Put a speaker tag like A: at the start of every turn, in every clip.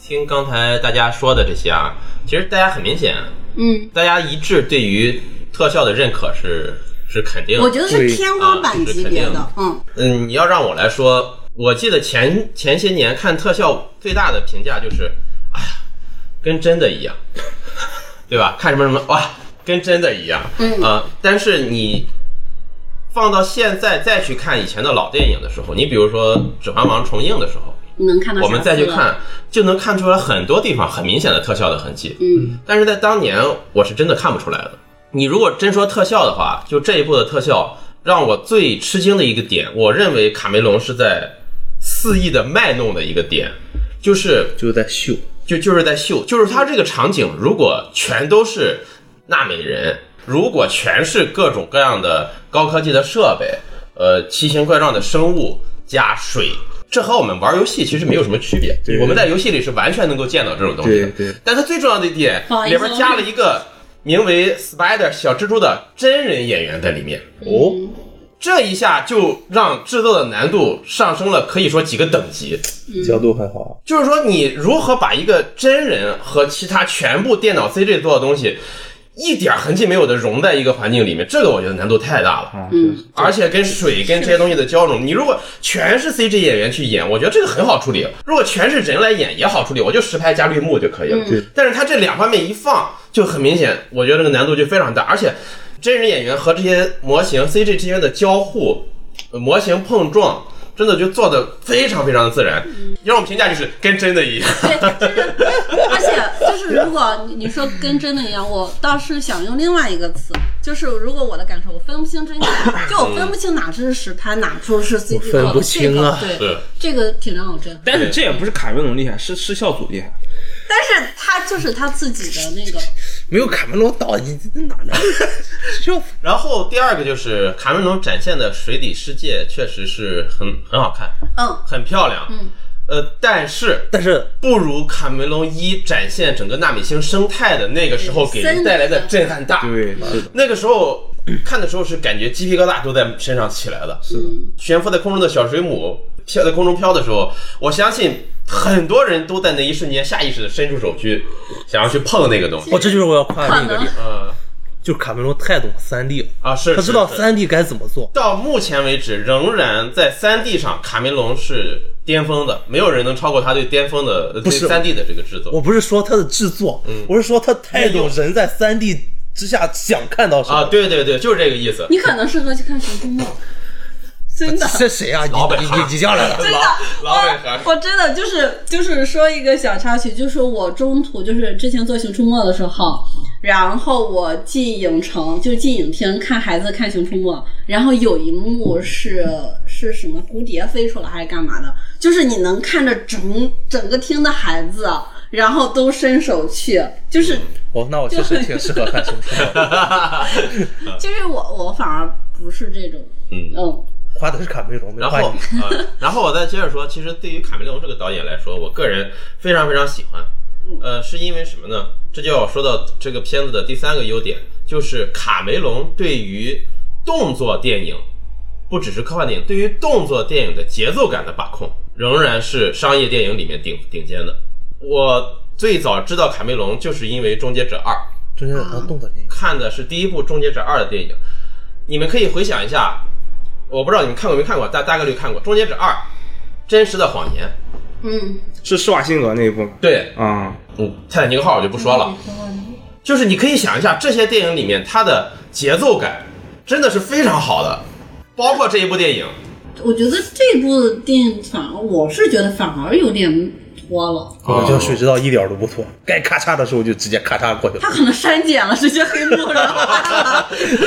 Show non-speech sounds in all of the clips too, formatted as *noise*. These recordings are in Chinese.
A: 听刚才大家说的这些啊，其实大家很明显，啊
B: 嗯，
A: 大家一致对于特效的认可是是肯定的。
B: 我觉得是
C: 对
B: 天花板级别的，嗯，
A: 嗯，你要让我来说，我记得前前些年看特效最大的评价就是，哎呀，跟真的一样， *laughs* 对吧？看什么什么哇，跟真的一样，
B: 嗯
A: 呃，但是你放到现在再去看以前的老电影的时候，你比如说《指环王》重映的时候，
B: 你能看到
A: 我们再去
B: 瑕疵了，
A: 看，就能看出来很多地方很明显的特效的痕迹。
B: 嗯，
A: 但是在当年，我是真的看不出来的。你如果真说特效的话，就这一部的特效让我最吃惊的一个点，我认为卡梅隆是在肆意的卖弄的一个点，就是
C: 就在秀，
A: 就就是在秀，就是他这个场景如果全都是纳美人，如果全是各种各样的高科技的设备，呃，奇形怪状的生物加水。这和我们玩游戏其实没有什么区别，
C: 对
A: 我们在游戏里是完全能够见到这种东西的。
C: 对对
A: 但它最重要的一点
B: 不好，意
A: 里
B: 思哦
A: 边加了一个名为 Spider 小蜘蛛的真人演员在里面。
C: 哦，
A: 这一下就让制作的难度上升了，可以说几个等级。
B: 嗯
C: 角度很好，
A: 就是说，你如何把一个真人和其他全部电脑 CG 做的东西，一点痕迹没有的融在一个环境里面，这个我觉得难度太大了。
B: 嗯，
A: 而且跟水跟这些东西的交融，你如果全是 CG 演员去演，我觉得这个很好处理；如果全是人来演也好处理，我就实拍加绿幕就可以了。
C: 对
A: 但是他这两方面一放，就很明显，我觉得这个难度就非常大。而且真人演员和这些模型 CG 之间的交互、呃模型碰撞，真的就做的非常非常的自然。让我们评价就是跟真的一样。 *laughs*
B: 对，真的，而且就是如果你你说跟真的一样，我倒是想用另外一个词，就是如果我的感受，我分不清真假，就我分不清哪是实拍，哪处是 CG 做的，
C: 分不清啊
B: 这个
A: 是
B: 对，这个挺让我震撼。
D: 但是这也不是卡梅隆厉害，是是效组厉害。
B: 但是他就是他自己的那个，
C: 没有卡梅隆导，你这哪来的秀？
A: 然后第二个就是卡梅隆展现的水底世界，确实是很很好看，
B: 嗯，
A: 很漂亮。嗯，呃，但是
C: *laughs* 但是
A: 不如卡梅隆一展现整个纳米星生态的那个时候给人带来的震撼大。
C: 对，是的，
A: 那个时候看的时候是感觉鸡皮疙瘩都在身上起来的。是
C: 的，
A: 悬浮在空中的小水母飘在空中飘的时候，我相信很多人都在那一瞬间下意识的伸出手去想要去碰那个东西。
C: 哦，这就是我要夸
B: 可
C: 那个
B: 能
C: 地方，
A: 嗯
C: 就是卡梅隆太懂三 D 了，
A: 啊，是
C: 他知道
A: 是是
C: 三 D 该怎么做。
A: 到目前为止，仍然在三 D 上，卡梅隆是巅峰的，没有人能超过他对巅峰的呃对
C: 是
A: 三 D 的这个制作。
C: 我不是说他的制作，
A: 嗯
C: 我是说他太懂人在三 D 之下想看到什么。
A: 啊，对对对，就是这个意思。
B: 你可能适合去看《熊出没》，真的。
C: 这谁啊？
A: *laughs*
C: 你
A: 老本
C: 你
A: 行
C: 你你叫
A: *laughs*
C: 来了？
B: 真的，
A: 老老北河
B: 我我真的就是就是说一个小插曲，就是我中途就是之前做《熊出没》的时候，然后我进影城就是进影厅看孩子看《熊出没》，然后有一幕是是什么蝴蝶飞出来还是干嘛的，就是你能看着整整个厅的孩子，啊然后都伸手去，就是
C: 哦，那我确实挺适合看熊出没的，
B: 就是我我反而不是这种，
A: 嗯
B: 嗯
C: 夸的是卡梅隆，没
A: 然
C: 夸
A: 后
C: 你。，
A: 呃，然后我再接着说，其实对于卡梅隆这个导演来说，我个人非常非常喜欢，呃，是因为什么呢？这就要我说到这个片子的第三个优点，就是卡梅隆对于动作电影，不只是科幻电影，对于动作电影的节奏感的把控，仍然是商业电影里面顶顶尖的。我最早知道卡梅隆，就是因为《终结者二》。
C: 中间有他动作电影，
A: 看的是第一部《终结者二》的电影，你们可以回想一下，我不知道你们看过没看过，大大概率看过《终结者二》，真实的谎言。
B: 嗯，
D: 是施瓦辛格那一部吗？
A: 对，
D: 啊、
A: 嗯，泰坦尼克号我就不说了，就是你可以想一下，这些电影里面它的节奏感真的是非常好的，包括这一部电影，
B: 我觉得这部电影反而我是觉得反而有点拖了，
A: 哦
C: 我觉得水知道一点儿都不错，该咔嚓的时候就直接咔嚓过去了
B: 他。可能删减了直接黑
A: *laughs*
B: 幕然后发了，这个是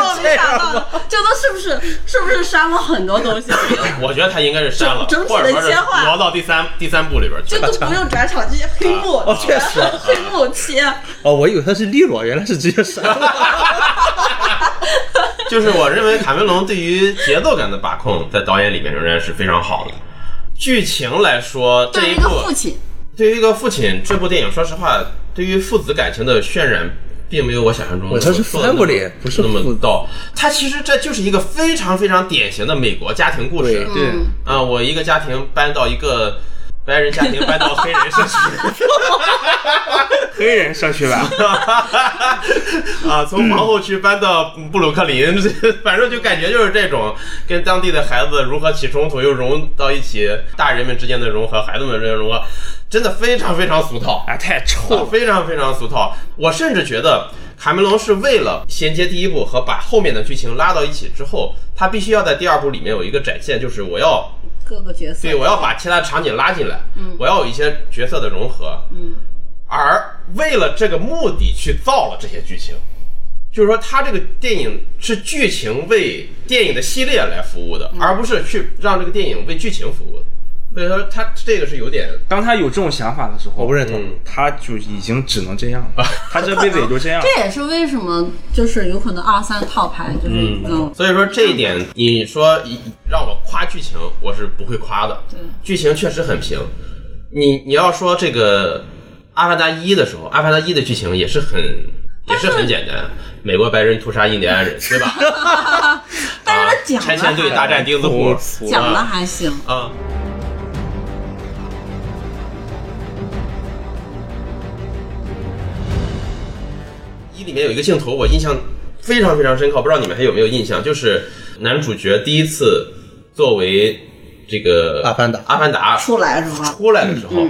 B: 我没想到的，这都是不是是不是删了很多东西？因为
A: 我觉得它应该是删了，
B: 整整体
A: 或者
B: 的
A: 说是
B: 切换
A: 挪到第三第三部里边去
B: 这。都不用转场，直接黑幕，
C: *laughs* 哦，确实，
B: 黑幕切，
C: 哦，我以为他是利落，原来是直接删了。
A: *laughs* 就是我认为卡梅隆对于节奏感的把控，在导演里面仍然是非常好的。剧情来说，这
B: 对
A: 一
B: 一个
A: 部
B: 父亲，
A: 对于一个父亲，这部电影说实话，对于父子感情的渲染，并没有我想象中
C: 我它是
A: 做得那么
C: family，不是
A: 那
C: 父
A: 么
C: 子
A: 到。它其实这就是一个非常非常典型的美国家庭故事
C: 对
B: 嗯
A: 啊、我一个家庭搬到一个白人家庭搬到黑人社区
D: *laughs*
A: *laughs*
D: 黑人社区
C: *laughs*
D: 吧，
A: 啊，从皇后区搬到布鲁克林， *laughs* 这反正就感觉就是这种跟当地的孩子如何起冲突，又融到一起，大人们之间的融合，孩子们之间的融合，真的非常非常俗套。
D: 哎，太
A: 啊
D: 臭了。
A: 非常非常俗套。我甚至觉得卡梅隆是为了衔接第一部和把后面的剧情拉到一起之后，他必须要在第二部里面有一个展现，就是我要
B: 各个角色。
A: 对我嗯要把其他场景拉进来，我要有一些角色的融合，
B: 嗯，
A: 而为了这个目的去造了这些剧情。就是说，他这个电影是剧情为电影的系列来服务的，而不是去让这个电影为剧情服务的。所以说，他这个是有点
D: 当他有这种想法的时候，
C: 我不认同。
A: 嗯
D: 他就已经只能这样
C: *laughs*
D: 了，他这辈子也就这样。
B: 这也是为什么就是有可能二三套牌就是嗯
A: 所以说这一点，你说一让我夸剧情，我是不会夸的。
B: 对
A: 剧情确实很平。你你要说这个《阿凡达一》的时候，《阿凡达一》的剧情也是很也是很简单，美国白人屠杀印第安人，对吧？
B: 但 *laughs* 是他
A: 啊
B: 讲
A: 拆迁队
B: 了
A: 大战钉子户
D: 我服，
B: 讲了还行，
D: 嗯
A: 啊。一里面有一个镜头，我印象非常非常深刻，不知道你们还有没有印象？就是男主角第一次作为这个
C: 阿凡达
A: 阿凡达
B: 出来是吧？
A: 出来的时候，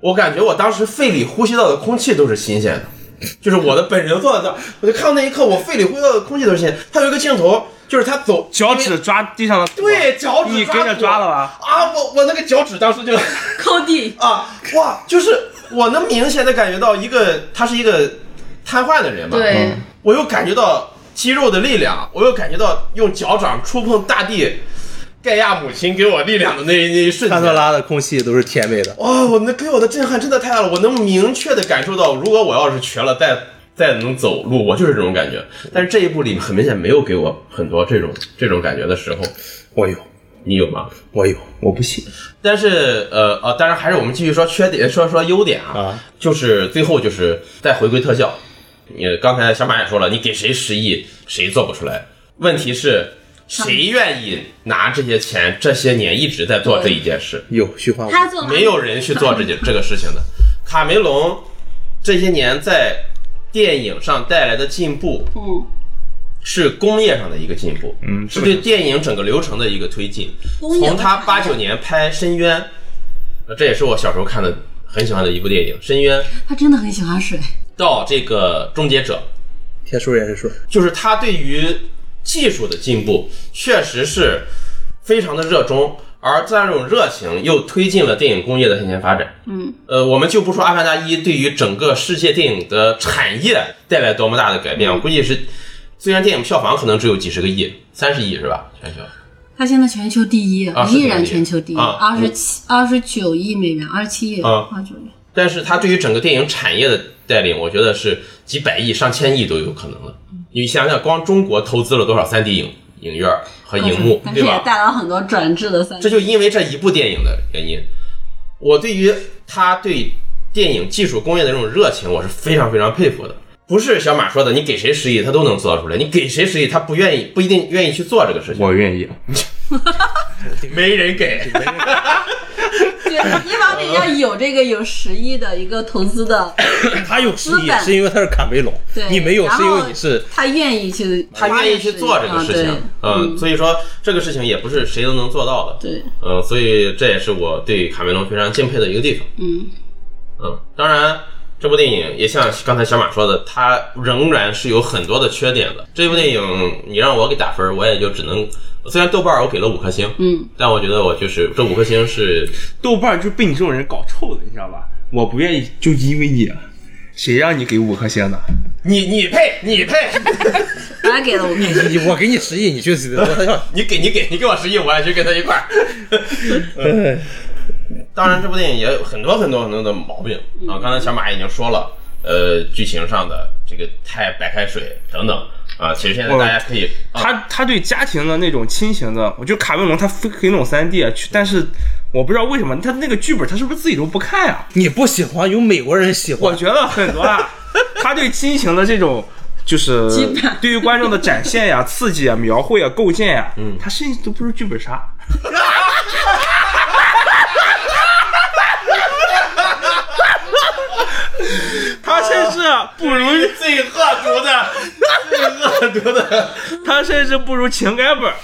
A: 我感觉我当时肺里呼吸到的空气都是新鲜的，就是我的本人坐在那儿，我就看到那一刻，我肺里呼吸到的空气都是新鲜的。他有一个镜头，就是他走
D: 脚趾抓地上的土，啊
A: 对，脚趾
D: 你跟着
A: 土
D: 抓了吧？
A: 啊，我我那个脚趾当时就
B: 扣地，
A: 啊，哇，就是我能明显的感觉到一个他是一个瘫痪的人嘛，
B: 对，
A: 我又感觉到肌肉的力量，我又感觉到用脚掌触碰大地，盖亚母亲给我力量的那那一瞬
C: 潘多
A: 间。
C: 拉的空气都是甜美的。
A: 哇，我那给我的震撼真的太大了，我能明确的感受到，如果我要是瘸了再再能走路，我就是这种感觉。但是这一部里很明显没有给我很多这种这种感觉的时候，
C: 我有，
A: 你有吗？
C: 我有，我不信。
A: 但是呃呃，当然还是我们继续说缺点，说说优点啊，
C: 啊
A: 就是最后就是再回归特效。呃，刚才小马也说了，你给谁十亿，谁做不出来？问题是，谁愿意拿这些钱？这些年一直在做这一件事，
C: 有虚幻物，
B: 他做了
A: 没有人去做这件这个事情的。卡梅隆这些年在电影上带来的进步，
B: 嗯，
A: 是工业上的一个进步，
D: 嗯
A: 是
D: 这个
A: 对电影整个流程的一个推进。
B: 工业
A: 从他
B: 化
A: 八九年拍《深渊》，呃这也是我小时候看的很喜欢的一部电影，《深渊》
B: 他真的很喜欢水，
A: 到这个《终结者
C: 天书也是
B: *laughs*
C: 说，》，
A: 就是他对于技术的进步确实是非常的热衷，而这样一种热情又推进了电影工业的向前发展。
B: 嗯，
A: 呃，我们就不说《阿凡达一》对于整个世界电影的产业带来多么大的改
B: 嗯
A: 变，我估计是，虽然电影票房可能只有几十个亿，三十亿是吧？全球。
B: 他现在全球第一，
A: 啊是
B: 依然
A: 第一
B: 全球第一，
A: 啊
B: 二十七二十九亿美元，二十七亿
A: 啊
B: 二十九亿，
A: 但是它对于整个电影产业的带领，我觉得是几百亿、上千亿都有可能的。
B: 嗯
A: 你想想，光中国投资了多少 3D 影影院和
B: 各种
A: 荧幕，
B: 但是
A: 对
B: 也
A: 吧？
B: 带来了很多转制的三
A: 这就因为这一部电影的原因，我对于他对电影技术工业的这种热情，我是非常非常佩服的。不是小马说的，你给谁十亿，他都能做出来；你给谁十亿，他不愿意，不一定愿意去做这个事情。
D: 我愿意。
A: *laughs* 没人给，
B: 对，一方面要有这个有十亿的一个投资的，
C: 他有失
B: 资
C: 忆
B: 本
C: 是因为他是卡梅隆，
B: 对
C: 你没有
B: 然
C: 是
B: 后
C: 因为你是
B: 他愿意去，
A: *coughs* 他愿意去做这个事情。
B: 啊
A: 嗯，所以说这个事情也不是谁都能做到的。
B: 对对，
A: 嗯，所以这也是我对卡梅隆非常敬佩的一个地方。
B: 嗯，
A: 嗯，当然，这部电影也像刚才小马说的，它仍然是有很多的缺点的。这部电影你让我给打分，我也就只能，虽然豆瓣儿我给了五颗星，
B: 嗯，
A: 但我觉得我就是这五颗星是
D: 豆瓣就被你这种人搞臭了，你知道吧？我不愿意，就因为你，啊谁让你给五颗星的？
A: 你你配你配，
B: 本来给了我
A: 嗯
B: 看，
C: 你我给你十亿，你去死！我要
A: 你给你给你给我十亿，我也去跟他一块儿。 *laughs* 嗯当然，这部电影也有很多很多很多的毛病啊。刚才小马已经说了，呃，剧情上的这个太白开水等等啊。其实现在大家可以，啊
D: 他他对家庭的那种亲情的，我觉得卡梅隆他非给那种三 D 啊去，但是我不知道为什么他那个剧本他是不是自己都不看啊？
C: 你不喜欢，有美国人喜
D: 我
C: 欢。
D: 觉得很多啊， *laughs* 他对亲情的这种就是
B: 羁绊
D: *laughs* 对于观众的展现 *laughs* 呀、刺激啊、描绘啊、构建 *laughs* 呀，嗯，他甚至都不如剧本杀。甚至啊不如
A: 最恶毒的，最恶毒的， *laughs*
D: 他甚至不如情感 *laughs* 本儿，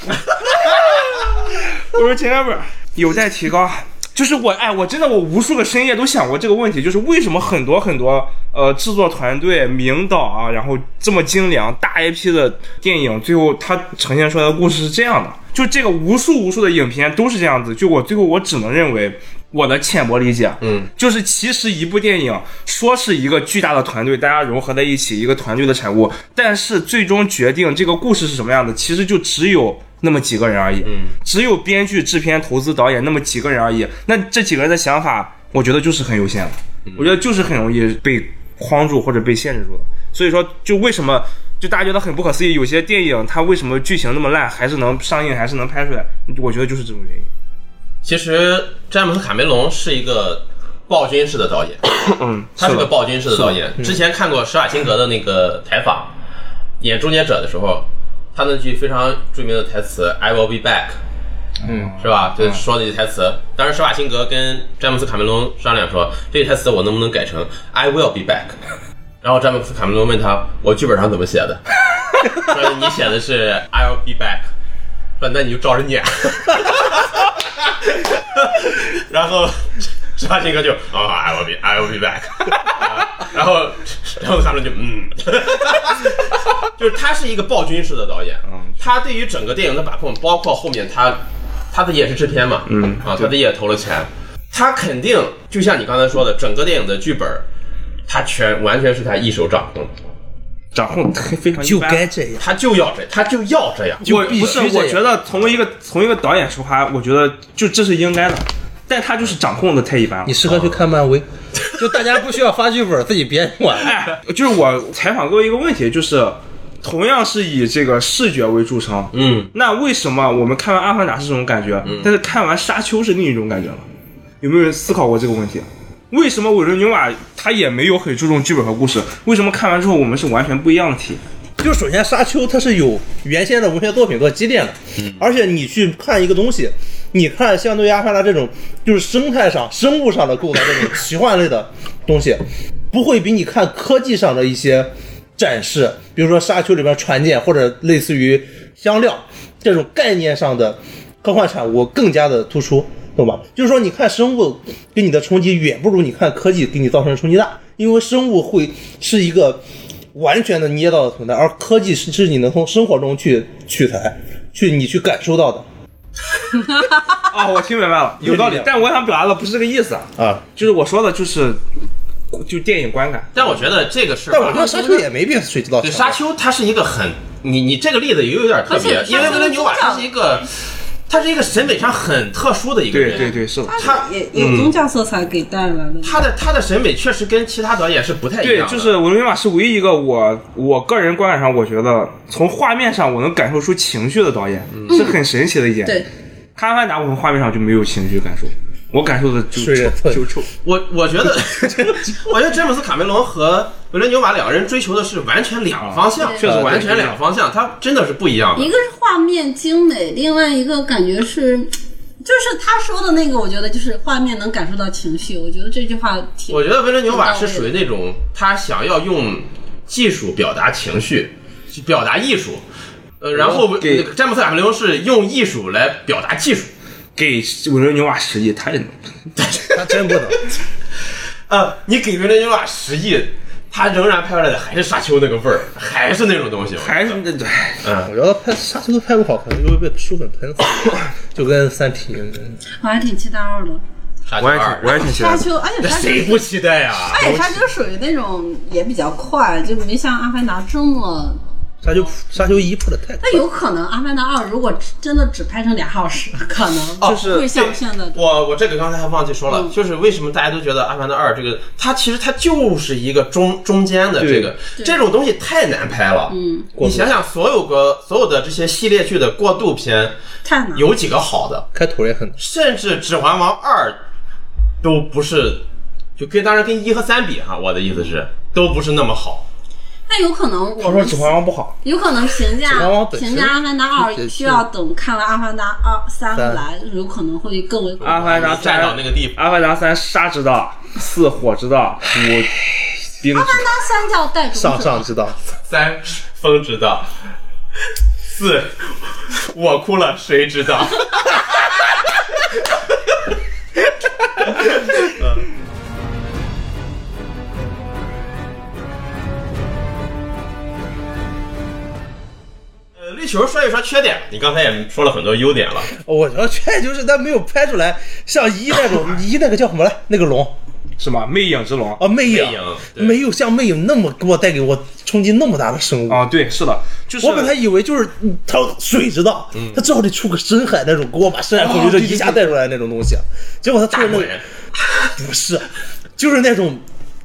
D: 不如情感本儿，有待提高。就是我，哎，我真的，我无数个深夜都想过这个问题，就是为什么很多很多呃制作团队、名导啊，然后这么精良、大 IP 的电影，最后它呈现出来的故事是这样的。就这个无数无数的影片都是这样子，就我最后我只能认为我的浅薄理解，啊
A: 嗯，
D: 就是其实一部电影说是一个巨大的团队，大家融合在一起一个团队的产物，但是最终决定这个故事是什么样的，其实就只有那么几个人而已，
A: 嗯，
D: 只有编剧、制片、投资、导演那么几个人而已。那这几个人的想法，我觉得就是很有限的，
A: 嗯
D: 我觉得就是很容易被框住或者被限制住的。所以说，就为什么就大家觉得很不可思议，有些电影它为什么剧情那么烂，还是能上映，还是能拍出来？我觉得就是这种原因。
A: 其实詹姆斯·卡梅隆是一个暴君式的导演，
D: 嗯，
A: 他是
D: 的
A: 个暴君式的导演。之前看过施瓦辛格的那个采访，演《终结者》的时候，他那句非常著名的台词 “I will be back”，
D: 嗯，
A: 是吧？就说那句台词。当时施瓦辛格跟詹姆斯·卡梅隆商量说，这句台词我能不能改成 “I will be back”。然后詹姆斯·卡梅隆问他：“我剧本上怎么写的？” *laughs* 说你写的是 “I'll be back”，说那你就照着念。 *laughs* 然后 *laughs* 施瓦辛格就啊、i will be I will be back，啊 *laughs* 然后然后他们就嗯， *laughs* 就是他是一个暴君式的导演，他对于整个电影的把控，包括后面他他自己也是制片嘛，嗯啊，他自己也投了钱，他肯定就像你刚才说的，整个电影的剧本，他全完全是他一手掌控的，
D: 掌控非常一般
C: 就该这样。
A: 他就要这，他就要这样，
D: 我
C: 就必
D: 不是，
C: 须这
D: 我
C: 样
D: 觉得从一个从一个导演出发，我觉得就这是应该的，但他就是掌控的太一般了
C: 你。适合去看漫威，就大家不需要发剧本，自己编完。
D: 哦哎，就是我采访过一个问题，就是同样是以这个视觉为著称，
A: 嗯，
D: 那为什么我们看完《阿凡达》是这种感觉，但是看完《沙丘》是另一种感觉呢？有没有人思考过这个问题？为什么委伦纽瓦他也没有很注重剧本和故事？为什么看完之后我们是完全不一样的体验？
C: 就首先，《沙丘》它是有原先的文学作品做积淀的，而且你去看一个东西，你看相对于《阿凡达》这种就是生态上、生物上的构造这种奇幻类的东西，不会比你看科技上的一些展示，比如说《沙丘》里边船舰或者类似于香料这种概念上的科幻产物更加的突出，懂吧？就是说，你看生物给你的冲击远不如你看科技给你造成的冲击大，因为生物会是一个完全的捏到的存在，而科技是是你能从生活中去取材、去你去感受到的
D: 啊，我听明白了，有道理。但我想表达的不是这个意思啊，
C: 啊。
D: 就是我说的就是就电影观感。
A: 但我觉得这个是，
C: 但我觉得沙丘也没比水之道
A: 对，
C: 强。
A: 沙丘它是一个很，你你这个例子也有点特别
B: 而，且
A: 因为
B: 沙丘的
A: 维伦纽瓦
B: 宗
A: 他
B: 教
A: 是一个，他是一个审美上很特殊的一个
D: 对
A: 人，
D: 对对，是的。
A: 他
B: 也有宗教色彩给带来的。
A: 他的他的审美确实跟其他导演是不太一
D: 对，
A: 样的，
D: 就是维伦纽瓦是唯一一个我我个人观感上，我觉得从画面上我能感受出情绪的导演，是很神奇的一点。
B: 对，
D: 阿凡达我从画面上就没有情绪感受，我感受的就
C: 水人
D: 臭就臭。
A: 我我觉得， *laughs* 我觉得詹姆斯卡梅隆和维伦纽瓦两个人追求的是完全两个方向，
D: 确实
A: 完全两个方向，他真的是不一样
B: 一
A: 的。
B: 个是画面精美，另外一个感觉是，就是他说的那个，我觉得就是画面能感受到情绪。我觉得这句话挺，
A: 我觉得维伦纽瓦是属于那种他想要用技术表达情绪，去表达艺术，呃，然后
D: 给
A: 詹姆斯卡梅隆是用艺术来表达技术。
D: 给维伦纽瓦十亿，他也能。
C: 他真不能，
A: 呃，你给维伦纽瓦十亿，他仍然拍出来的还是沙丘那个味儿，还是那种东西。我觉得
D: 还是哎那对，
C: *laughs* 我觉得拍沙丘都拍不好，可能就会被书粉喷死，就跟《三体》嗯一样。
B: 我还挺期待二的。
A: 沙丘
D: 我也挺
A: 二，
D: 我也挺期待
B: 沙
D: 的。
B: 丘，而且
A: 那
B: 沙丘
A: 谁不期待啊？
D: 哎
B: 而且沙丘属于那种也比较快，就没像《阿凡达》这么。
C: 沙丘沙丘一铺的太快
B: 但有可能《阿凡达二》如果真的只拍成俩小时，可能
A: 哦
B: 就是会像现在的。嗯
A: 我我这个刚才还忘记说了，就是为什么大家都觉得《阿凡达二》这个，它其实它就是一个中中间的这个这种东西太难拍了。嗯，你想想，所有个所有的这些系列剧的过渡片，
B: 太难了。
A: 有几个好的？
C: 开头也很
A: 甚至《指环王二》都不是，就跟当然跟一和三比哈，我的意思是都不是那么好。
B: 但有可能我
D: 他说《
B: 们
D: 指环王》不好，
B: 有可能评价
C: 指环王本身
B: 评价《阿凡达二
C: 也》是
B: 需要等看完《阿凡达二三》
C: 三啊
B: 来，有可能会更为
D: 《阿凡达
A: 站
D: 三
A: 到那》，个地
D: 《
A: 方，
D: 阿凡达三》杀之道，四火之道，五冰之
B: 那三叫带种
C: 上
B: 子
C: 上知道，
A: 三风知道，四我哭了谁知道？呃，绿球说一说缺点，你刚才也说了很多优点了。
C: 我觉得缺就是他没有拍出来像一那种一那个叫什么来那个龙
D: 什么魅影之龙
C: 啊魅影
A: 魅影，对
C: 没有像魅影那么给我带给我冲击那么大的生物。
D: 啊？对，是的，就是
C: 我本来以为就是嗯他水知道，
A: 嗯
C: 他至少得出个深海那种，给我把深海恐
A: 哦
C: 惧症一下带出来那种东西。啊结果他突
A: 大
C: 然那
A: 滚
C: 个，不是，就是那种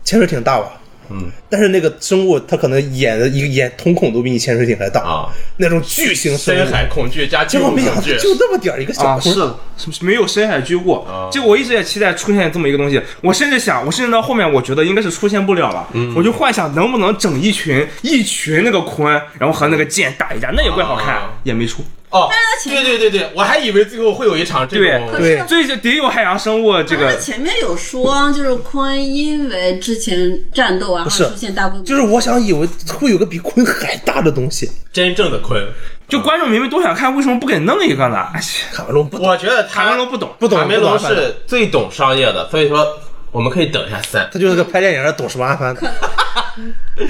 C: 潜水艇大吧。
A: 嗯，
C: 但是那个生物，它可能眼的一个眼瞳孔都比你潜水艇还大
A: 啊，
C: 那种巨型生物
A: 深海恐惧加巨
C: 结果
A: 物
C: 没想
A: 恐
C: 到
A: 惧，
C: 就那么点儿一个小
D: 啊，
C: 坑
D: 是，的是是没有深海巨物
A: 啊，
D: 就我一直也期待出现这么一个东西。我甚至想，我甚至到后面我觉得应该是出现不了了，我就幻想能不能整一群一群那个鲲，然后和那个剑打一架，那也怪好看
A: 啊，
D: 也没出。
A: 哦
B: 但是它，前
A: 对对对对，我还以为最后会有一场这
D: 对
A: 种
B: 可
C: 对
B: 是。
D: 所以就得有海洋生物这
B: 他
D: 个
B: 前面有说，就是鲲因为之前战斗啊，然
C: 是
B: 后出现大规模，
C: 就是我想以为会有个比鲲还大的东西，
A: 真正的鲲。
D: 就观众明明都想看，为什么不给弄一个呢？哎
C: 卡梅隆不
A: *laughs* 我觉得
D: 卡梅
A: 他
D: 隆不懂，
C: 不懂
A: 卡梅隆
C: 不懂
A: 是最懂商业的，所以说我们可以等一下三。
C: 他就是个拍电影的懂什么阿凡达，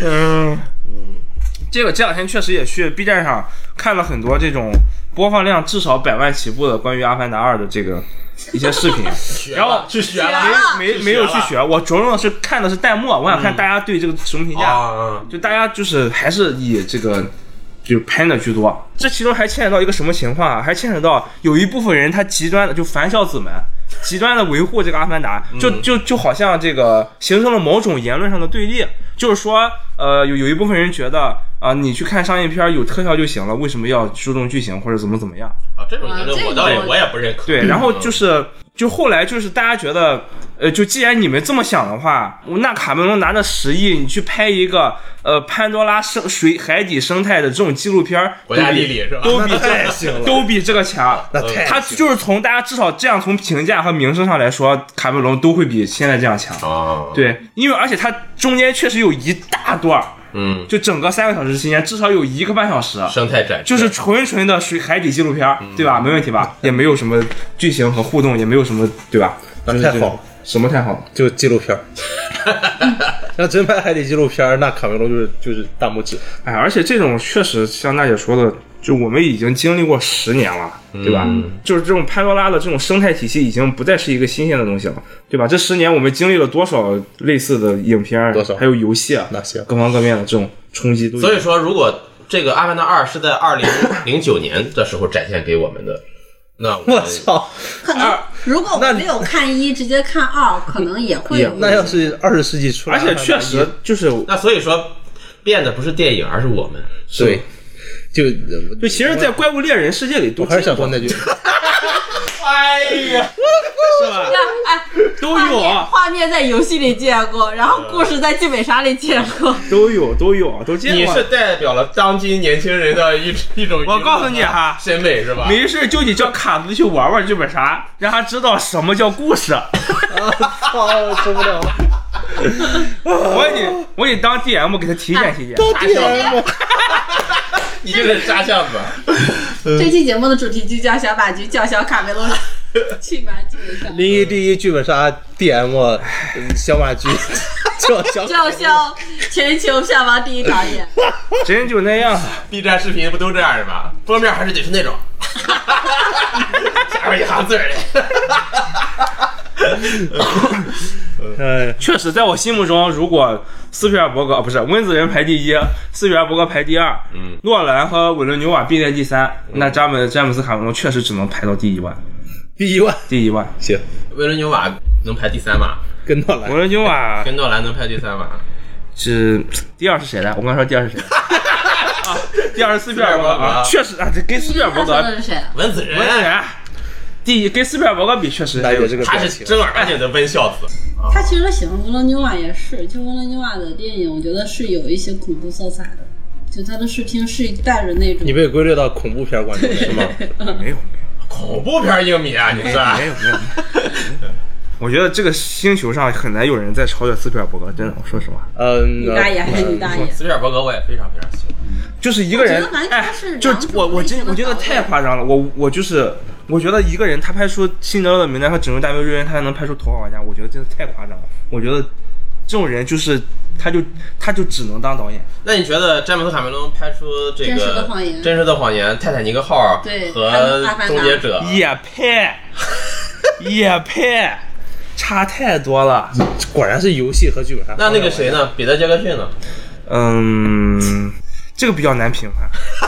D: 嗯，这个这两天确实也去 B 站上看了很多这种播放量至少百万起步的关于《阿凡达二》的这个一些视频，然后
A: 去 *laughs* 学
B: 学了
D: 没
A: 去
D: 没有
A: 学
D: 去
A: 了嗯
D: 学，我着重的是看的是弹幕，啊我想看大家对这个什么评价，
A: 啊，
D: 就大家就是还是以这个。就喷的居多，这其中还牵扯到一个什么情况啊？还牵扯到有一部分人他极端的就凡孝子们，极端的维护这个阿凡达，就就就好像这个形成了某种言论上的对立，就是说，呃，有有一部分人觉得啊、你去看商业片儿有特效就行了，为什么要注重剧情或者怎么怎么样？
A: 啊，这种言论我倒也我也不认可。
D: 对，然后就是是就后来就是大家觉得，呃，就既然你们这么想的话，那卡梅隆拿着十亿，你去拍一个呃潘多拉生水海底生态的这种纪录片儿，
A: 国家
D: 都比
A: 地理是吧
D: 都比
C: 那太行
D: 这
C: 了
D: 都比这个强。
C: 那太
D: 他就是从大家至少这样从评价和名声上来说，卡梅隆都会比现在这样强。
A: 啊，，
D: 对，因为而且他中间确实有一大段儿，
A: 嗯，
D: 就整个三个小时期间，至少有一个半小时，
A: 生态展示
D: 就是纯纯的水海底纪录片儿，
C: 嗯
D: 对吧？没问题吧？也没有什么剧情和互动，也没有什么，对吧？
C: 那
D: 就是
C: 太
D: 这种
C: 好了，
D: 什么太好了？
C: 就纪录片儿。 *laughs* 要真拍海底纪录片儿，那卡梅隆就是就是大拇指。
D: 哎，而且这种确实像娜姐说的，就我们已经经历过十年了，对吧？
A: 嗯
D: 就是这种潘多拉的这种生态体系已经不再是一个新鲜的东西了，对吧？这十年我们经历了多少类似的影片儿，
C: 多少
D: 还有游戏啊，
C: 那行
D: 各方各面的这种冲击都有。
A: 所以说，如果这个《阿凡达二》是在二零零九年的时候展现给我们的，那我
D: *laughs*
C: 我
A: 们
C: 操，
B: 可能如果我没有看一，直接看二，可能也会有
C: 那要是二十世纪出来，
D: 而且确实就是，
A: 那所以说，变的不是电影，而是我们。
C: 对，就
D: 就其实，在《怪物猎人》世界里都
C: 我还是想
D: 见过
C: 说那句，
A: 哎呀，
D: 是吧？
B: 哎，
D: 都有啊
B: 画面在游戏里见过，然后故事在剧本杀里见 *laughs* 过。
D: 都有都有都见
A: 你
D: 过。
A: 是代表了当今年轻人的一一种，
D: 我告诉你哈
A: 审美是吧？
D: 没事就得叫卡子去玩玩剧本杀，让他知道什么叫故事。
C: 操，受不了，
D: 我给你，我给你当 DM 给他提点提点。
C: 都天了，
A: 你就是沙巷子。
B: 这期节目的主题就叫小马局，叫小卡梅隆 *laughs* 去马剧本杀，
C: 临沂第一剧本杀 DM 嗯小马 *laughs* 驹，叫小
B: 叫嚣全球票房第一导
D: *laughs*
B: 演。
D: 真就那样，
A: B 站视频不都这样是吧？封面还是得是
D: *laughs*
A: 那种，下面一行字儿。
C: 哎，
D: 确实在我心目中，如果斯皮尔伯格啊不是温子仁排第一，斯皮尔伯格排第二，
A: 嗯，
D: 诺兰和韦伦纽瓦并列第三，那詹姆詹姆斯卡梅隆确实只能排到第一万，
C: 第一万
D: 第一万。
C: 行，
A: 维伦纽瓦能排第三吗？
C: 跟到来
D: 韦。伦纽瓦
A: 跟诺兰能排第三吗？
D: 是第二是谁来？我刚说第二是 *laughs* 谁来？啊，第二是斯皮尔伯格啊，确实啊，这跟斯皮尔伯格
B: 他说的是谁？啊
A: 文子仁，
D: 温子仁啊第一跟斯皮尔伯格比确实
C: 大
D: 还有
C: 姐这个
A: 他
C: 表
A: 是
C: 情，
A: 正儿八经的温孝子。
B: 他其实喜欢维罗纽瓦也是，就维罗纽瓦的电影，我觉得是有一些恐怖色彩的，就他的视听是带着那种
C: 你被归类到恐怖片观众是吗？
D: 没有没有
A: 恐怖片影迷啊，你是？
D: 没有没有，我觉得这个星球上很难有人再超越斯皮尔伯格，真的，我说实话，
C: 嗯， *laughs*
B: 你大爷还是你大爷？
A: 斯皮尔伯格我也非常非常喜欢。
D: 就是一个人
B: 我觉得完，全
D: 哎
B: 是，
D: 就
B: 两种
D: 我我
B: 类型
D: 真
B: 的
D: 我觉得
B: 导演
D: 太夸张了，我我就是我觉得一个人他拍出《辛德勒的名单》和《拯救大兵瑞恩》，他还能拍出《头号玩家》，我觉得真的太夸张了。我觉得这种人就是他就他就只能当导演，
A: 那你觉得詹姆斯卡梅隆拍出这个《
B: 真实的谎言
A: 真实的谎言》《泰坦尼克号》
B: 对
A: 和
B: 还有阿凡达
A: 《终结
B: 啊
A: 者》
D: 也配也配， *laughs* 差太多了。
C: 果然是游戏和剧本杀。
A: 那那个谁呢？彼得·杰克逊呢？
D: 嗯，这个比较难评判，
B: 他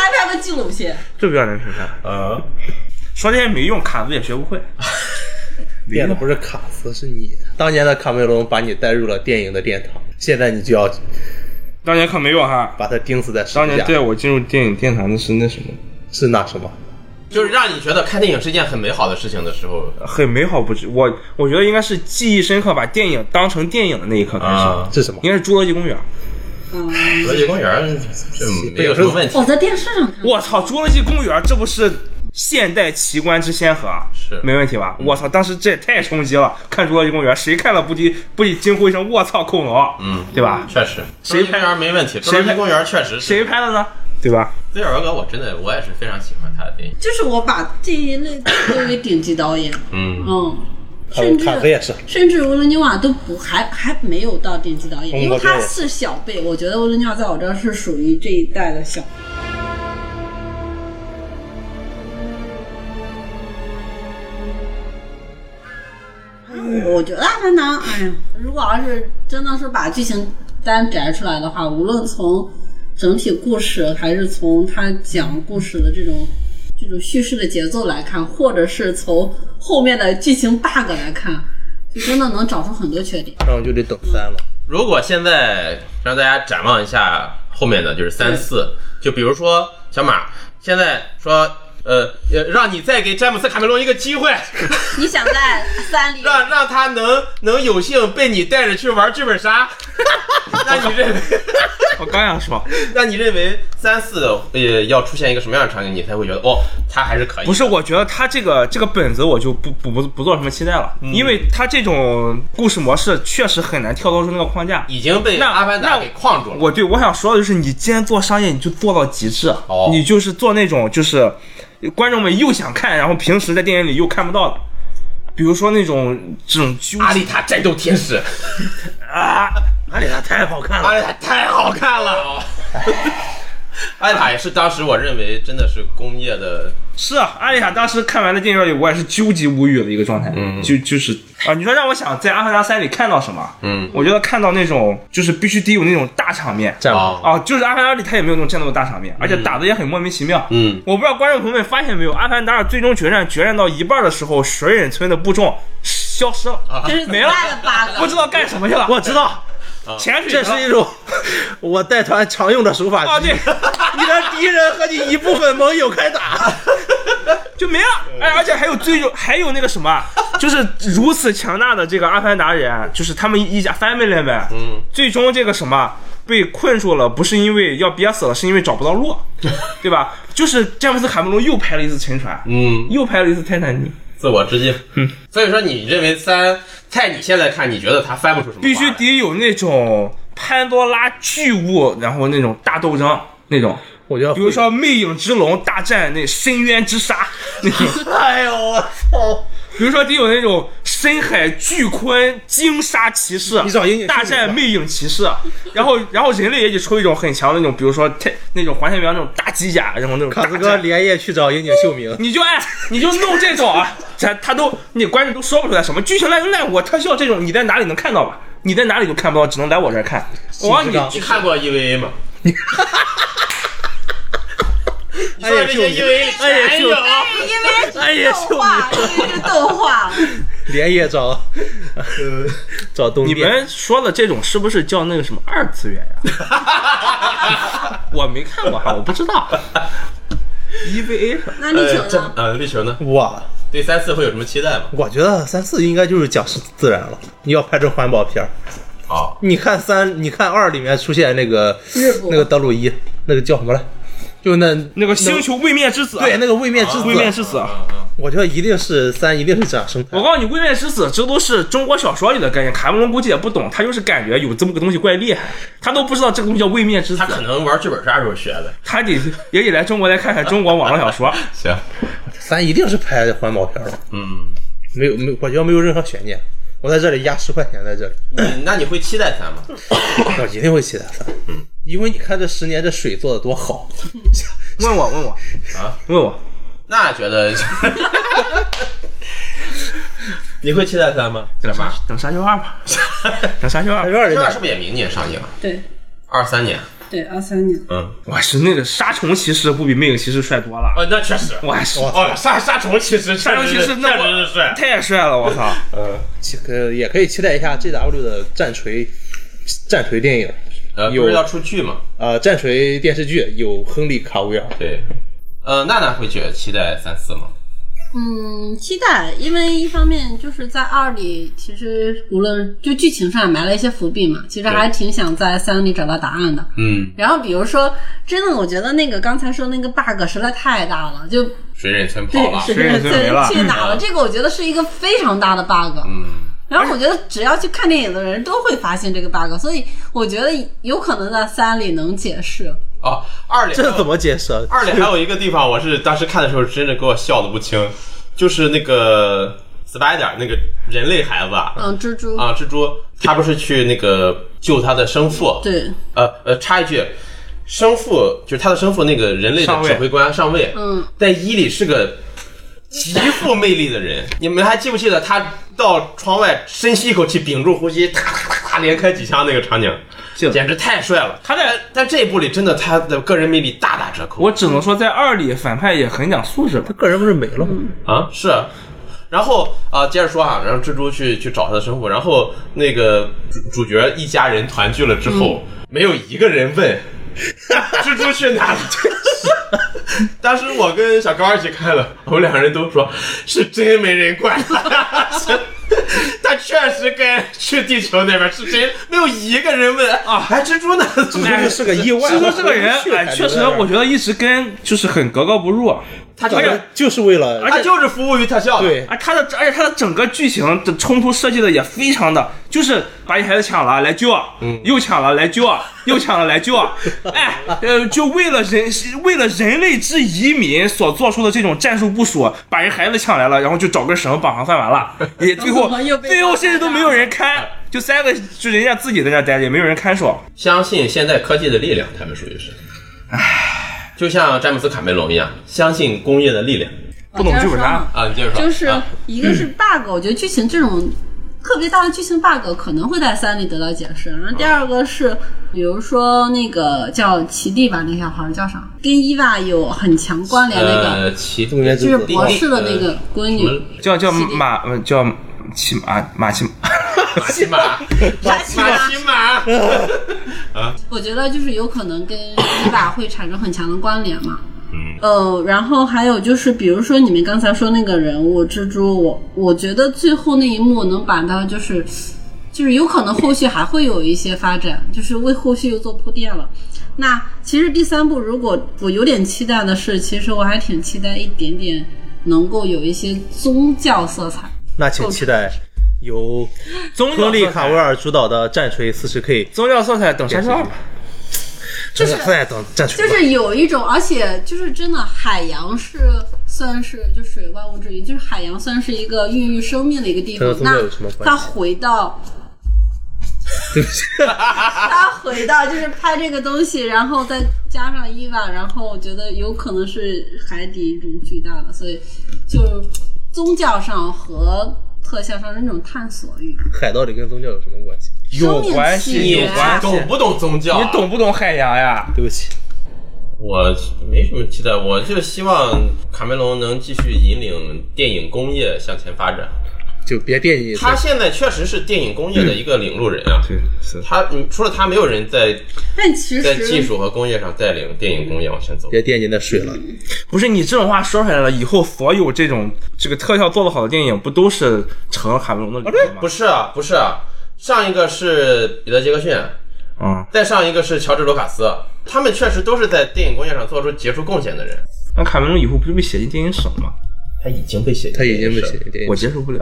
B: 还拍个纪录片，
D: 这个比较难评判，
A: 嗯，
D: 说这些没用，卡子也学不会。
C: 变的不是卡斯，是你。当年的卡梅隆把你带入了电影的殿堂，现在你就要
D: 当年可没有哈，
C: 把它钉死在十
D: 当
C: 字
D: 年
C: 架。
D: 对我进入电影殿堂的是那什么。
C: 是那什么？
A: 就是让你觉得看电影是一件很美好的事情的时候
D: 很美好不止。我我觉得应该是记忆深刻，把电影当成电影的那一刻开始，
A: 啊，
C: 是什么？
D: 应该是《侏罗纪公园》。
B: 嗯，
A: 《逻辑公园》
C: 嗯
A: 这嗯没有什么问题
B: 哦我。在电视上看，
D: 我操，《侏罗纪公园》这不是现代奇观之先河啊？
A: 是
D: 没问题吧？我操，当时这也太冲击了！看《侏罗纪公园》，谁看了不惊不惊呼一声“我操，恐龙”？
A: 嗯，
D: 对吧？
A: 确实，侏
D: 谁
A: 罗纪公园没问题，侏
D: 谁
A: 罗纪公园确实是。
D: 谁拍的呢？对吧？
A: 斯皮尔伯格，我真的我也是非常喜欢他的电影。
B: 就是我把这一类归为顶级导演，
A: 嗯，
B: 嗯，
C: 卡
B: 甚至
C: 卡斯也是。
B: 甚至维伦纽瓦都不还还没有到顶级导演，
C: 嗯
B: 因为
C: 我觉得
B: 他
C: 我
B: 是小辈，我觉得维伦纽瓦在我这儿是属于这一代的小辈。我觉得《阿凡达》，哎呀，如果要是真的是把剧情单摘出来的话，无论从整体故事，还是从他讲故事的这种这种叙事的节奏来看，或者是从后面的剧情 bug 来看，就真的能找出很多缺点。
C: 那我就得等三了。
A: 如果现在让大家展望一下后面的就是三
B: 对
A: 四，就比如说小马，现在说。呃，呃让你再给詹姆斯·卡梅隆一个机会， *laughs*
B: 你想在三里
A: 让让他能能有幸被你带着去玩剧本杀， *laughs* 那你认为， *laughs*
D: 我哦刚想说，
A: 那你认为三四呃要出现一个什么样的场景，你才会觉得哦，他还是可以？
D: 不是，我觉得他这个这个本子我就不不不不做什么期待了，
A: 嗯
D: 因为他这种故事模式确实很难跳脱出那个框架。
A: 已经被《
D: 那
A: 阿凡达
D: 那》
A: 给框住了。
D: 我对我想说的就是，你既然做商业，你就做到极致，
A: 哦
D: 你就是做那种就是观众们又想看，然后平时在电影里又看不到的，比如说那种这种纠
A: 阿
D: 结
A: 丽塔战斗天使，
D: 啊，阿里塔太好看
A: 阿丽塔太好看了。哦阿丽塔也是当时我认为真的是工业的，
D: 是啊，阿丽塔当时看完的电影里，我也是纠结无语的一个状态，嗯，就就是啊，你说让我想在《阿凡达三》里看到什么？
A: 嗯，
D: 我觉得看到那种就是必须得有那种大场面，
C: 战
A: 啊
C: 马，
D: 啊，就是《阿凡达》里他也没有那种战斗的大场面，
C: 嗯
D: 而且打的也很莫名其妙。
A: 嗯，
D: 我不知道观众朋友们发现没有，《阿凡达》最终决战决战到一半的时候，水忍村的部众消失了，
B: 这是怎
D: 没
B: 么
D: 了
B: 办的 bug？
D: 不知道干什么去了，
C: 啊我知道，啊
D: 潜水
C: 这
D: 去了
C: 是
D: *laughs*
C: 一种我带团常用的手法。 *laughs*
D: 啊，对，
C: 你的敌人和你一部分盟友开打，
D: 就没了。哎，而且还有最有还有那个什么，就是如此强大的这个阿凡达人，就是他们一家 family 们，嗯，最终这个什么被困住了，不是因为要憋死了，是因为找不
C: *laughs*
D: 到路，对吧？就是詹姆斯卡梅隆又拍了一次沉船，
A: 嗯，
D: 又拍了一次泰坦尼克。
A: 自我致敬。所以说，你认为三，在你现在看，你觉得他翻不出什么花来？
D: 必须得有那种潘多拉巨物，然后那种大斗争那种，
C: 我 *laughs* 就
D: 比如，说《魅影之龙》大战那深渊之沙 *laughs* 那种，
C: 哎呦我操！
D: 比如说得有那种深海巨鲲鲸鲨骑士，
C: 你找英语
D: 大战魅影骑士，然后然后人类也得出一种很强的那种，比如说太那种环太平洋那种大机甲，然后那种
C: 卡
D: 大
C: 斯哥
D: 战。
C: 连夜去找樱井秀 *laughs* 明，
D: 你就按，你就弄这种啊，咱他都你观众都说不出来什么剧情烂就烂，我特效这种你在哪里能看到吧？你在哪里都看不到，只能来我这儿看。我让
C: 知
D: 你
C: 道
A: 你看过 EVA
D: *laughs*
A: 吗？你
C: 哎
A: 说的
C: 呀
A: 这些
C: 救命！
A: EVA
C: 哎呀
A: 全
C: 救
A: 有
C: 命！
B: 因
C: 哎
B: 为
C: 呀
B: 是动画，因为是动画，
C: 连夜找，呃找东
D: 你
C: 边。
D: 们说的这种是不是叫那个什么二次元呀、
A: 啊
D: 哎我没看过哈，我不知道。EVA 是吧
B: 那你
A: 呃
B: 请
A: 这
B: 呢？
A: 呃，绿球呢？
C: 我
A: 对三四会有什么期待吗？
C: 我觉得三四应该就是讲是自然了。你要拍成环保片儿，
A: 哦，
C: 你看三，你看二里面出现那个
B: 日不
C: 那个德鲁伊，那个叫什么来？就那
D: 那个星球未灭之子，啊
C: 对那个位面之
D: 未灭
C: 子，
D: 之子，
A: 嗯嗯
C: 我觉得一定是三，一定是讲生态
D: 我。告诉你，《归面之子》这都是中国小说里的概念，卡梅隆估计也不懂，他就是感觉有这么个东西怪厉害，他都不知道这个东西叫位面之子
A: 他，可能玩剧本杀时候学的。
D: 他得也得来中国来看看中国网络小说。
A: 行，
C: 三一定是拍的环保片儿，
A: 嗯，
C: 没有没有，我觉得没有任何悬念。我在这里压十块钱在这里，
A: 你嗯那你会期待他吗？
C: 我一定会期待三。因为你看这十年这水做的多好，
D: 问我，问我
A: 啊，
D: 问我，
A: 那觉得， *laughs* 你会期待三吗？干嘛？
D: 等《沙丘二》吧， *laughs* 等《沙丘二
C: 还》。有
A: 这
C: 点
A: 玩意儿
C: 儿
A: 是不是也明年上映啊？
B: 对
A: 二三年？
B: 对，二三年。
A: 嗯，
D: 我是那个杀虫骑士不比魅影骑士帅多了。
A: 哦，那确实。
D: 我是
A: 哦，杀杀虫其实
D: 杀虫骑士，那
A: 确实
D: 我
A: 是帅。
D: 太帅了，
A: *laughs*
D: 我操！
C: 呃，也可以期待一下 G W 的战锤战锤电影，
A: 呃，不
C: 有
A: 是要出剧吗？
C: 呃，战锤电视剧有亨利卡维尔，
A: 对。呃，娜娜会觉得期待三四吗？
B: 嗯，期待，因为一方面就是在二里，其实无论就剧情上埋了一些伏笔嘛，其实还挺想在三里找到答案的。
A: 嗯，
B: 然后比如说，真的，我觉得那个刚才说那个 bug 实在太大了，就
A: 水忍村跑
B: 对，
A: 了。
B: 是
D: 水也
B: 是
D: 是没了
B: 去哪了？这个我觉得是一个非常大的 bug。
A: 嗯，
B: 然后我觉得只要去看电影的人都会发现这个 bug，所以我觉得有可能在三里能解释。
A: 哦，二里
C: 这怎么解释啊？
A: 二里还有一个地方，我是当时看的时候，真的给我笑的不轻，就是那个 Spider 那个人类孩子啊，
B: 嗯，蜘蛛，
A: 啊，蜘蛛他不是去那个救他的生父？，
B: 对，
A: 呃呃，插一句，生父就是他的生父那个人类的
D: 上尉
A: 指挥官上尉，
B: 嗯，
A: 在伊里是个极富魅力的人。 *laughs* 你们还记不记得他到窗外深吸一口气，屏住呼吸，咔咔咔咔连开几枪那个场景
D: 记，得
A: 简直太帅了。
D: 他在
A: 但但这一部里真的他的个人魅力大打折扣。
D: 我只能说，在二里反派也很讲素质吧
C: 他。个人不是没了吗？
A: 啊，是啊。然后啊、接着说啊，然后蜘蛛去去找他的生父，然后那个主主角一家人团聚了之后，
C: 嗯
A: 没有一个人问 *laughs* 蜘蛛去哪了。 *laughs* 当时我跟小高一起看了，我们两个人都说是真没人管 *laughs* 他，是他确实该去地球那边，是真没有一个人问啊，哎，蜘蛛呢？
C: 这个是个意外。啊
D: 蜘蛛这个
C: 我
D: 人
C: 回，不去
D: 哎，
C: 感觉
D: 确实，我觉得一直跟就是很格格不入。啊
A: 他就
C: 大
A: 是
C: 家啊就是为了
A: 他就是服务于特效的，
C: 对
D: 而他啊的，而且他的整个剧情的冲突设计的也非常的，就是把你孩子抢了来救，啊又抢了来救，啊又抢了来救， *laughs* 哎，呃，就为了人，为了人类之移民所做出的这种战术部署，把人孩子抢来了，然后就找根绳绑上算完 *laughs* 了，也最后
B: 又被
D: 最后甚至都没有人看， *laughs* 就三个就人家自己在那待着，也没有人看守。
A: 相信现代科技的力量，他们属于是，唉，就像詹姆斯卡梅隆一样，相信工业的力量
D: 不懂
B: 往这
D: 剧
B: 儿
D: 本
B: 上
D: 杀
B: 嘛
A: 啊！你接着说，
B: 就是
A: 啊
B: 一个是 bug，我觉得剧情这种特别大的剧情 bug 可能会在三里得到解释。
D: 嗯
B: 然后第二个是，比如说那个叫奇蒂吧，那个小孩儿叫啥？跟伊娃有很强关联那个，
A: 呃，其
C: 中间
B: 就是
C: 之子
A: 比
B: 博士的那个
D: 呃
B: 闺
A: 什么
B: 女，
D: 叫叫马呃叫骑马马骑马，
A: 马西呃马，
B: 马奇
A: 马
B: 玛
A: 西马，
B: 我觉得就是有可能跟伊娃会产生很强的关联嘛。
A: 嗯，
B: 呃，然后还有就是，比如说你们刚才说那个人物蜘蛛，我我觉得最后那一幕能把它就是，就是有可能后续还会有一些发展，就是为后续又做铺垫了。那其实第三部，如果我有点期待的是，其实我还挺期待一点点能够有一些宗教色彩。
C: 那请期待由
D: *laughs* 宗教
C: 亨利
D: 色彩
C: 卡维尔主导的战锤四十 K。哎
D: 宗教色彩等山上吧。
C: 就是在等战锤
B: 就
C: 吧。
B: 是有一种，而且就是真的，海洋是算是就是万物之灵，就是海洋算是一个孕育生命的一个地方
C: 这个。跟这有什么
B: 那
C: 关系
B: 它回到， *laughs* 它回到就是拍这个东西，然后再加上伊娃，然后我觉得有可能是海底一种巨大的，所以就宗教上和特效上是那种探索欲。
C: 海盗里跟宗教有什么关系？
D: 有关
B: 生
D: 系，
B: 命起
D: 有
B: 源
D: 关系
A: 懂。不懂宗教？啊
D: 你懂？不懂海洋呀？
C: 对不起，
A: 我没什么期待，我就希望卡梅隆能继续引领电影工业向前发展。
C: 就别惦记
A: 他现在确实是电影工业的一个领路人啊。
D: 对，是。
A: 他嗯除了他，没有人在
B: 但其
A: 在技
B: 实
A: 术和工业上带领电影工业往前走。
C: 别惦记那水了。
D: 不是你这种话说出来了，以后所有这种这个特效做得好的电影，不都是成了卡梅隆的理由吗？
A: 不是啊，不是啊，上一个是彼得·杰克逊，
D: 啊，
A: 再上一个是乔治·卢卡斯，他们确实都是在电影工业上做出杰出贡献的人。
D: 那卡梅隆以后不就被写进电影史了吗？
A: 它已经被写进
C: 他已经被
A: 电影
C: 写
A: 史了
C: 进电影
D: 我，接受不了。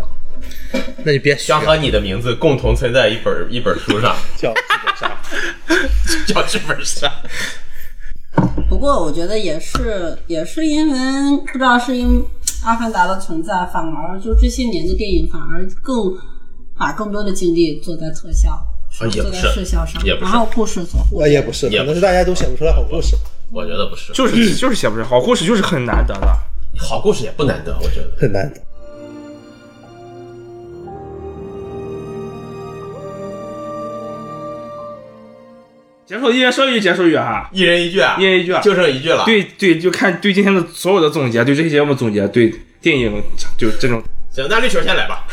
C: 那你别学
A: 将和你的名字共同存在一本一本书上，
C: 叫剧本杀。
A: 叫剧本啊杀。
B: 不过我觉得也是，也是因为不知道是因《阿凡达》的存在，反而就这些年的电影反而更把更多的精力做在特效，
A: 啊也
B: 做
A: 不
B: 在
A: 是
B: 视效上，
A: 也不是
B: 然后故事做。
C: 那哎也不是，
A: 也
C: 可
A: 不
C: 能是大家都写不出来好故事，
A: 我觉得不是，
D: 就是就是写不出来，好故事就是很难得的。
A: 好故事也不难得，我觉得。
C: 很难的。
D: 结束，一人说一句结束语哈，
A: 一人一句啊，
D: 一人一句啊
A: 就剩一句了。，
D: 对对，就看对今天的所有的总结，对这期节目总结，对电影就这种
A: 行，那绿球先来吧。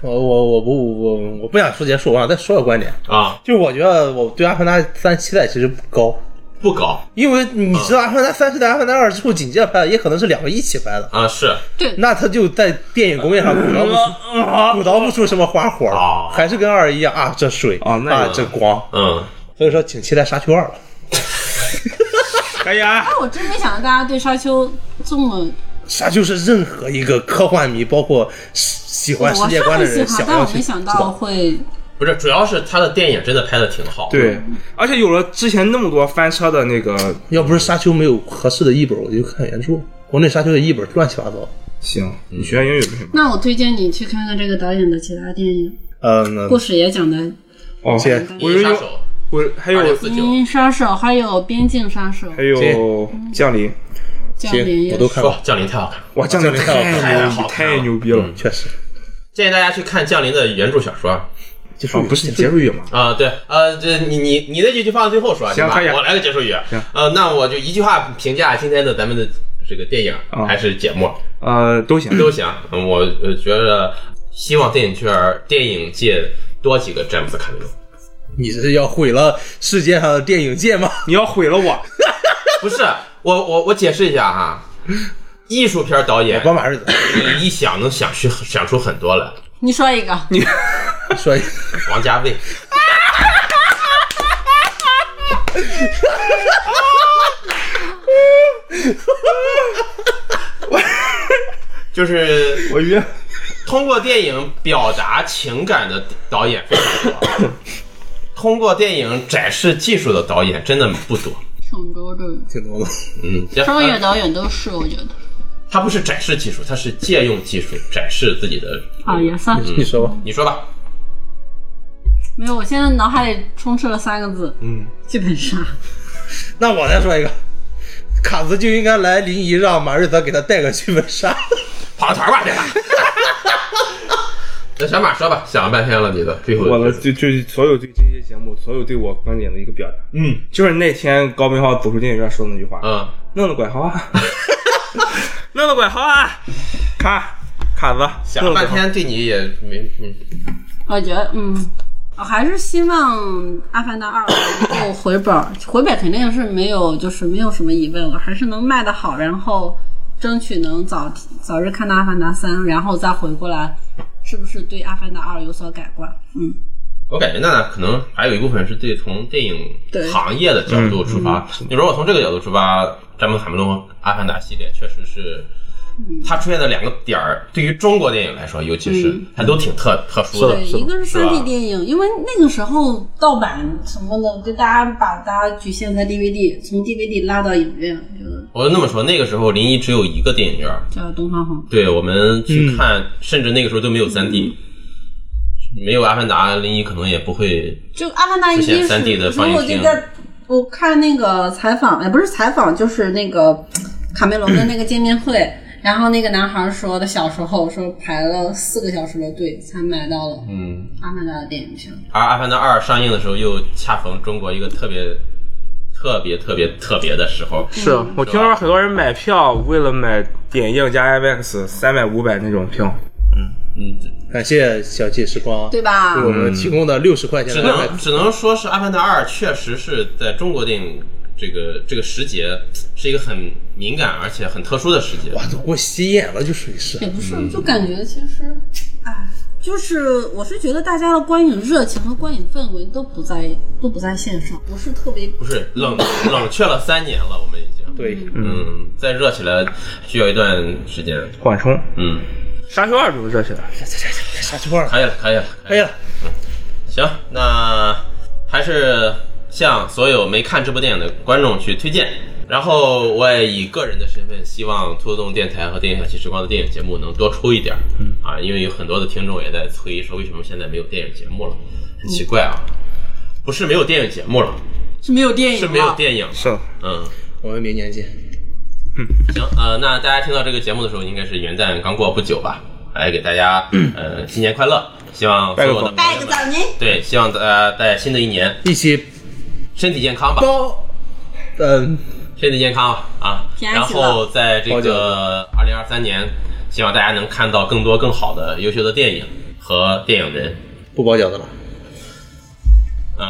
C: 我我我不我我不想说结束，我想再说个观点，
A: 啊，
C: 就是我觉得我对《阿凡达三》期待其实不高，
A: 不搞
C: 因为你知道《阿凡达三》是在《阿凡达二》之后紧接着拍的，也可能是两个一起拍的，
A: 啊，是
C: 那他就在电影工业上鼓捣不
D: 啊嗯
C: 出鼓捣不出什么花活
A: 啊
C: 儿，还是跟二一样啊，这水
D: 啊那
C: 啊
D: 个
C: 这光，
A: 嗯，
C: 所以说挺期待《沙丘二》了。
D: 可以啊。
B: 但我真没想到大家对沙丘这么，
C: 沙丘是任何一个科幻迷，包括喜喜
B: 我
C: 欢世
B: 是
C: 界观的
B: 很喜
C: 人
B: 欢，
C: 想
B: 但
C: 要
B: 我
C: 去
B: 没
C: 知
B: 想
C: 道
B: 到。会
A: 不是，主要是他的电影真的拍的挺好。，
D: 对，而且有了之前那么多翻车的那个，
C: 要不是沙丘没有合适的译本，我就看原著。国内沙丘的译本乱七八糟。
D: 行，你学英语不行吗？
B: 那我推荐你去看看这个导演的其他电影，
C: 嗯，哎那
B: 故事也讲的《
D: 哦哎
C: 谢，
D: 我
A: 银翼
D: 有
A: 杀手
D: 我还
A: 二零
D: 有
A: 四九，
B: 银翼杀手》，还有《边境杀手
D: 还》有降临，
B: 降临
C: 行，
B: 也
C: 我都
B: 是
C: 看
A: 说
C: 了，
A: 降临太好看了，
D: 哇，降临
C: 降临太好看
D: 太嗯
A: 了太牛
D: 牛逼，太牛
A: 逼
D: 逼
A: 了
D: 了。
C: 确实。
A: 建议大家去看降临的原著小说啊。
C: 结束
D: 啊
C: 语、，
D: 不是
C: 结
D: 结
C: 束
D: 束语吗？
A: 啊，对，呃，这你你你那句就放到最后说，
D: 行
A: 对吧
D: 可以啊
A: 我来个结束语。
D: 行
A: 呃，那我就一句话评价今天的咱们的这个电影
D: 啊
A: 还是节目
D: 呃，都行。
A: 都行。嗯我呃觉得希望电影圈儿电影界多几个詹姆斯卡梅隆，
C: 你这是要毁了世界上的电影界
D: *laughs*
C: 吗？
D: 你要毁了我，
A: 不是我我我解释一下哈，艺术片导
D: 哎
A: 演
C: 我光把日子
A: 你一想能想去想出很多来，
B: 你说一个，
C: 说一，
A: 王家卫。 *laughs* 就是
D: 我晕。
A: 通过电影表达情感的导演非常多，啊通过电影展示技术的导演真的不多。
B: 挺多的。
C: 挺多的。
A: 嗯，
B: 专业导演都是，我觉得
A: 他不是展示技术，他是借用技术展示自己的。
B: 啊也算
C: 你说吧，
A: 你说吧，
B: 没有。我现在脑海里充斥了三个字，
D: 嗯，
B: 剧本杀。
C: 那我再说一个，卡子就应该来临沂，让马瑞泽给他带个剧本杀。
A: 跑个团吧，这个。那小马说吧，想了半天了，你的最后
D: 我的就就所有对这些节目，所有对我观点的一个表达，
A: 嗯
D: 就是那天高明浩走出电影院说的那句话，
A: 嗯，
D: 弄得拐好 *laughs* 啊，弄得拐好啊，卡卡子，
A: 想
D: 弄
A: 了
D: 得拐
A: 半
D: 好。
A: 天对你也没嗯
B: 我觉得，嗯，我还是希望《阿凡达二》能够回本儿，回本肯定是没有，就是没有什么疑问，我还是能卖得好，然后争取能早早日看到《阿凡达三》，然后再回过来，是不是对《阿凡达二》有所改观？嗯，
A: 我感觉娜娜可能还有一部分是对从电影
B: 对
A: 行业的角度出发。你如果从这个角度出发，詹姆斯卡梅隆《阿凡达》系列确实是，
B: 嗯
A: 它出现的两个点儿，对于中国电影来说，尤其是
B: 嗯
A: 还都挺特特殊的
B: 对，。一个是
A: 是
B: 三
A: 吧
B: D 电影，因为那个时候盗版什么的，就大家把大家局限在 DVD，从 DVD 拉到影院，就是
A: 我就那么说，那个时候临沂只有一个电影院儿，
B: 叫东方红。
A: 对我们
C: 嗯
A: 去看，甚至那个时候都没有三 D，、没
C: 嗯
A: 有《阿凡达》，临沂可能也不会。
B: 就《阿凡达一》
A: 出现
B: 是，
A: 3D 的放
B: 如
A: 映
B: 果
A: 厅
B: 就在我看那个采访，也不是采访，就是那个卡梅隆的那个见面
A: *clears throat*
B: 会，然后那个男孩说的小时候说排了四个小时的队才买到了
A: 嗯，
B: 阿凡达的电影票。
A: 而《阿凡达二》上映的时候，又恰逢中国一个特别、特别、特别、特别的时候。
D: 是啊我听说很多人买票为了买点映加 IMAX 三百五百那种票，
A: 嗯，
C: 感谢小季时光，
B: 对吧
C: 给我们提供的六十块钱
A: 只
C: 的麦克
A: 能只能说是《阿凡达二》确实是在中国电影这个这个时节是一个很敏感而且很特殊的时节。
C: 哇，都给我吸引了，就属于是。
B: 也不
A: 嗯
B: 是，就感觉其实，哎，就是我是觉得大家的观影热情和观影氛围都不在都不在线上，不是特别
A: 不是冷冷却了三年了，我们已经
C: 对，
A: 嗯，再热起来需要一段时间。
D: 缓冲。
A: 嗯，
D: 沙丘二主热起来，
C: 啥情况了？
A: 可以了，可以了，
C: 哎呀，
A: 行，那还是向所有没看这部电影的观众去推荐。然后我也以个人的身份，希望兔子洞电台和电影小七时光的电影节目能多出一点儿
B: 嗯
A: 啊，因为有很多的听众也在催说为什么现在没有电影节目了，很奇怪啊，不是没有电影节目了，
B: 是没有电影
A: 是
B: 了，
A: 没有电影了，
D: 是
A: 嗯。
C: 我们明年见。
A: 行，呃，那大家听到这个节目的时候，应该是元旦刚过不久吧？来给大家，呃，新年快乐！希望所有的
B: 嗯拜个早年，
A: 对，希望大家在新的一年
C: 一起
A: 身体健康吧，
C: 包，嗯，
A: 身体健康啊！
B: 平安
A: 然
B: 喜乐
A: 后在这
C: 包饺
A: 个二零二三年，希望大家能看到更多更好的优秀的电影和电影人。
C: 不包饺子了，
A: 呃，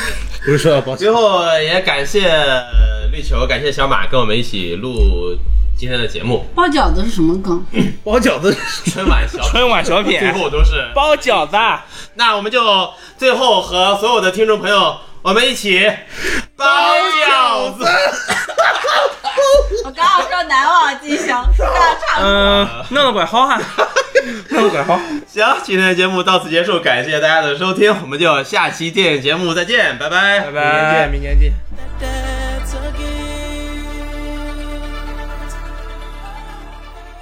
A: *laughs*
C: 不是说要包饺
A: 最
C: 子。
A: 后也感谢呃绿球，感谢小马跟我们一起录今天的节目，
B: 包饺子是什么梗？
C: 包饺子，
A: 春晚小品
D: 春晚小品
A: 最后都是
D: 包饺子，
A: 那我们就最后和所有的听众朋友，我们一起包饺子。
B: 我刚刚说难忘今宵，是大唱。
D: 嗯，弄得怪好 *laughs* 哈，弄得怪好，
A: 行，今天的节目到此结束，感谢大家的收听，我们就下期电影节目再见，拜拜，拜
D: 拜。拜。
C: 明年见。
E: that's again.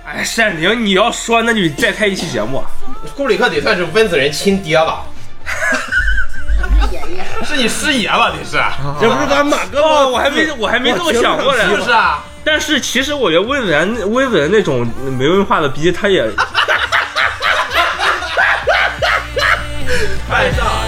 D: 哎，善宁，你要说，那你再开一期节目。
A: 库布里克得算是温子仁亲爹吧？是爷爷，是你师爷吧？你是？
C: 这不是咱马哥吗？
D: 哦，我还没，我还没这么想过来。
A: 就是啊，
D: 但是其实我觉得温子仁，温子仁那种没文化的逼，他也
A: 爱上。